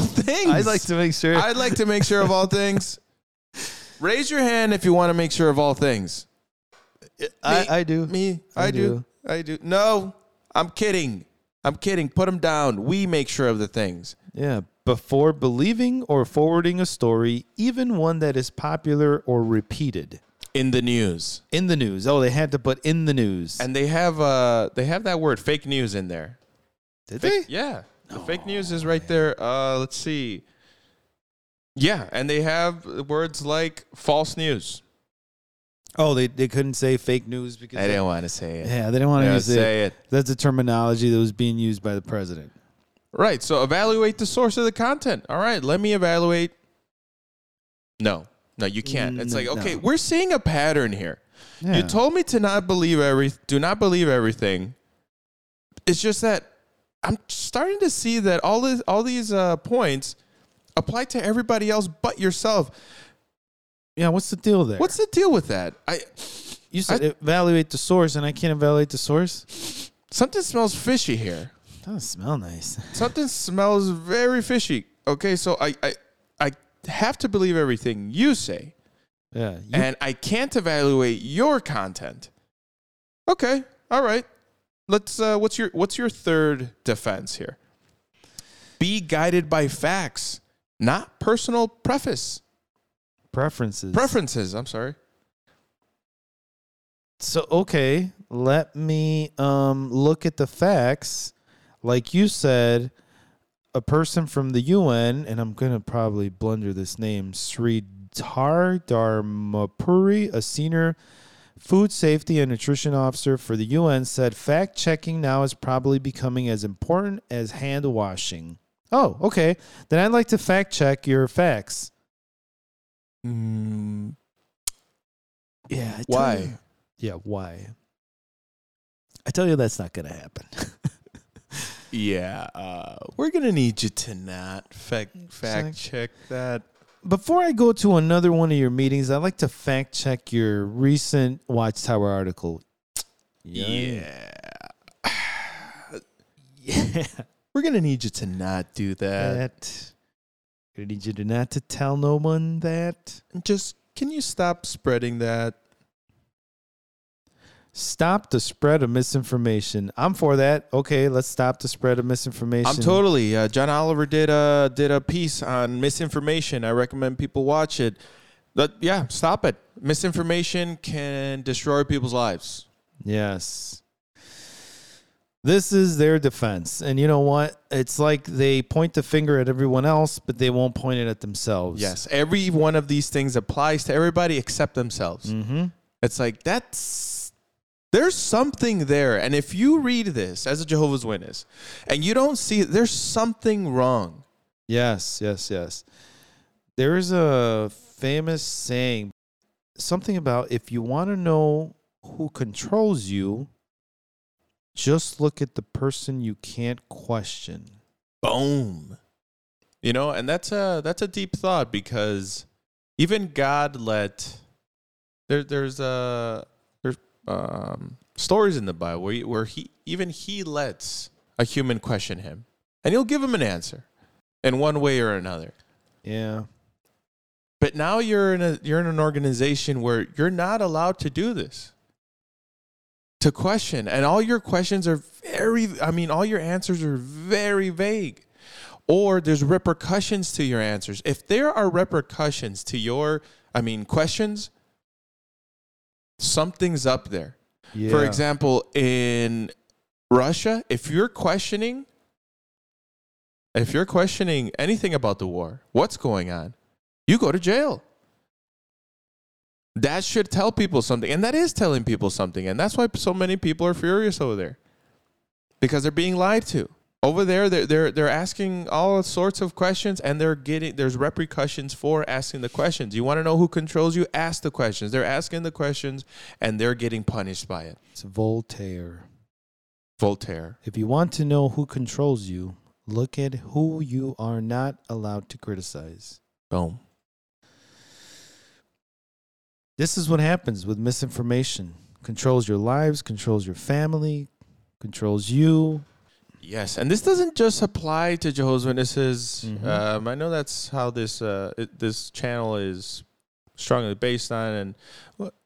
[LAUGHS] things. I'd like to make sure I'd like to make sure of all things. Raise your hand if you want to make sure of all things. I, Me- I do. Me, I I, do. I do. No, I'm kidding. I'm kidding. Put them down. We make sure of the things. Yeah. Before believing or forwarding a story, even one that is popular or repeated in the news. in the news. Oh, they had to put in the news. And they have uh they have that word fake news in there. Did Fake- Yeah. The fake news is right there. Uh let's see. Yeah, and they have words like false news. Oh, they, they couldn't say fake news because. I they- didn't want to say it. yeah, they didn't want to Yeah, use say it. That's the terminology that was being used by the president. Right. So evaluate the source of the content. All right, let me evaluate. No. No, you can't. It's Mm, like, no. okay, we're seeing a pattern here. You Yeah. told me to not believe every do not believe everything. It's just that I'm starting to see that all this, all these uh, points apply to everybody else but yourself. yeah, what's the deal there? What's the deal with that? I you said evaluate the source, and I can't evaluate the source? something smells fishy here. Doesn't smell [LAUGHS] nice. Something smells very fishy. Okay, so I I, I have to believe everything you say. Yeah. You, and I can't evaluate your content. Okay, all right. Let's. Uh, what's your What's your third defense here? Be guided by facts, not personal preface preferences. preferences. I'm sorry. So okay, let me um look at the facts. Like you said, a person from the UN, and I'm gonna probably blunder this name, Sridhar Dharmapuri, a senior food safety and nutrition officer for the UN, said fact checking now is probably becoming as important as hand washing. Oh, okay. Then I'd like to fact check your facts. Mm, Yeah. I tell you- why? Yeah, why? I tell you that's not going to happen. Yeah, uh, we're gonna need you to not fact fact check that. Before I go to another one of your meetings, I'd like to fact check your recent Watchtower article. Yeah. We're gonna need you to not do that. That. I need you to not to tell no one that. Just can you stop spreading that? Stop the spread of misinformation. I'm for that. Okay, let's stop the spread of misinformation. I'm totally. Uh, John Oliver did a did a piece on misinformation. I recommend people watch it. But yeah, stop it. Misinformation can destroy people's lives. Yes. This is their defense. And you know what? It's like they point the finger at everyone else, but they won't point it at themselves. Yes, every one of these things applies to everybody except themselves. Mm-hmm. It's like that's there's something there, and if you read this as a Jehovah's Witness and you don't see it, there's something wrong. Yes, yes, yes. They- There is a famous saying, something about if you want to know who controls you, just look at the person you can't question. boom you know and that's a that's a deep thought because even god let there there's uh there's um stories in the bible where, he- where he even he lets a human question him and he'll give him an answer in one way or another Yeah. but now you're in a you're in an organization where you're not allowed to do this to question and all your questions are very i mean all your answers are very vague or there's repercussions to your answers if there are repercussions to your i mean questions something's up there yeah. for example, in Russia, if you're questioning, if you're questioning anything about the war, what's going on, you go to jail. That should tell people something, and that is telling people something, and that's why so many people are furious over there, because they're being lied to. Over there, they're they're, they're asking all sorts of questions, and they're getting there's repercussions for asking the questions. You want to know who controls you? Ask the questions. They're asking the questions, and they're getting punished by it. It's Voltaire. Voltaire. If you want to know who controls you, look at who you are not allowed to criticize. Boom. This is what happens with misinformation. Controls your lives, controls your family, controls you. Yes, and this doesn't just apply to Jehovah's Witnesses. Mhm. Um, I know that's how this uh, it, this channel is strongly based on, and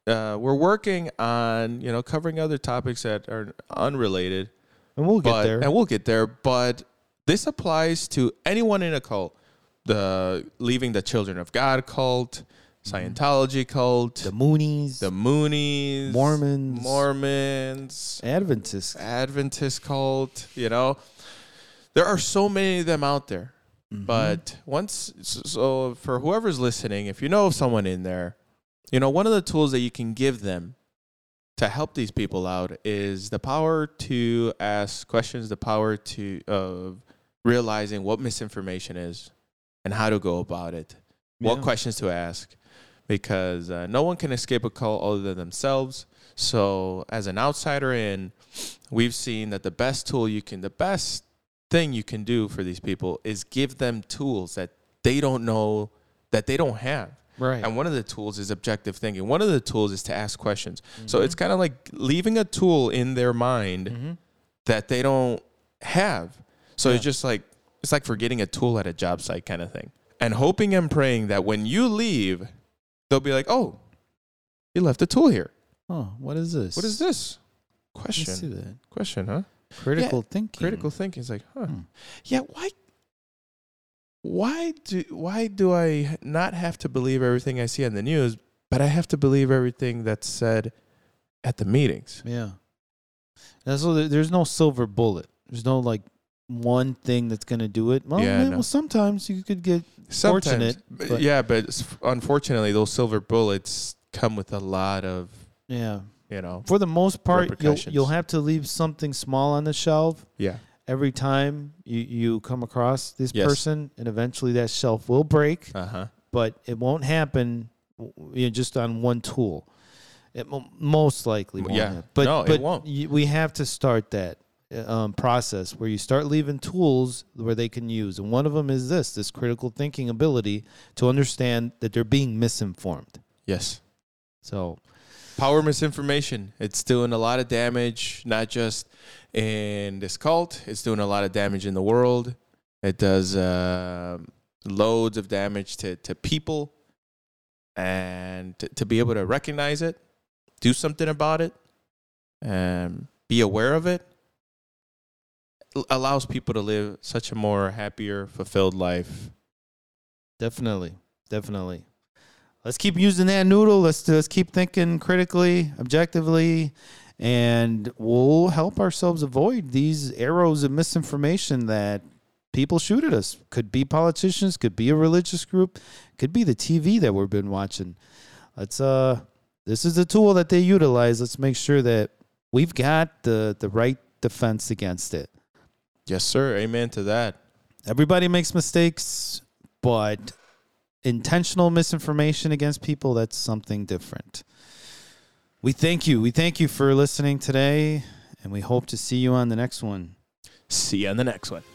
uh, we're working on you know covering other topics that are unrelated. And we'll get but, there. And we'll get there. But this applies to anyone in a cult. The leaving the Children of God cult, Scientology cult, Mm-hmm. the Moonies, the Moonies, Mormons. Mormons, Adventists. Adventist cult, you know. There are so many of them out there. Mm-hmm. But once, so- so for whoever's listening, if you know of someone in there, you know, one of the tools that you can give them to help these people out is the power to ask questions, the power to of realizing what misinformation is and how to go about it, what Mm-hmm. Yeah. questions to ask, because uh, no one can escape a call other than themselves. So, as an outsider in, we've seen that the best tool you can, the best thing you can do for these people is give them tools that they don't know that they don't have. Right. And one of the tools is objective thinking. One of the tools is to ask questions. So Mm-hmm. it's kind of like leaving a tool in their mind that they don't have. So Yeah. it's just like it's like forgetting a tool at a job site kind of thing. And hoping and praying that when you leave, they'll be like, "Oh, you left a tool here. Oh, what is this? What is this?" I didn't see Question. that. Question, huh? Critical thinking. critical thinking is like huh Hmm. yeah why why do why do i not have to believe everything i see on the news but i have to believe everything that's said at the meetings Yeah. That's what, there- there's no silver bullet. There's no like one thing that's going to do it. Well, Yeah, yeah, no. well, sometimes you could get Sometimes- Fortunate, but- but- yeah but s- unfortunately those silver bullets come with a lot of yeah. you know For the most part, you'll Repercussions. you'll have to leave something small on the shelf yeah every time you, you come across this Yes. person and eventually that shelf will break uh-huh but it won't happen w- you know, just on one tool it mo- most likely won't Yeah. happen. but, No, it but won't. y- we have to start that uh, um, process where you start leaving tools where they can use and one of them is this this critical thinking ability to understand that they're being misinformed yes so power misinformation it's doing a lot of damage not just in this cult it's doing a lot of damage in the world it does um loads of damage to, to people and to, to be able to recognize it do something about it and be aware of it l- allows people to live such a more happier fulfilled life Definitely, definitely. Let's keep using that noodle. Let's let's keep thinking critically, objectively, and we'll help ourselves avoid these arrows of misinformation that people shoot at us. Could be politicians, could be a religious group, could be the TV that we've been watching. Let's uh, this is the tool that they utilize. Let's make sure that we've got the the right defense against it. yes sir amen to that Everybody makes mistakes, but intentional misinformation against people, that's something different. We thank you. We thank you for listening today, and we hope to see you on the next one. See you on the next one.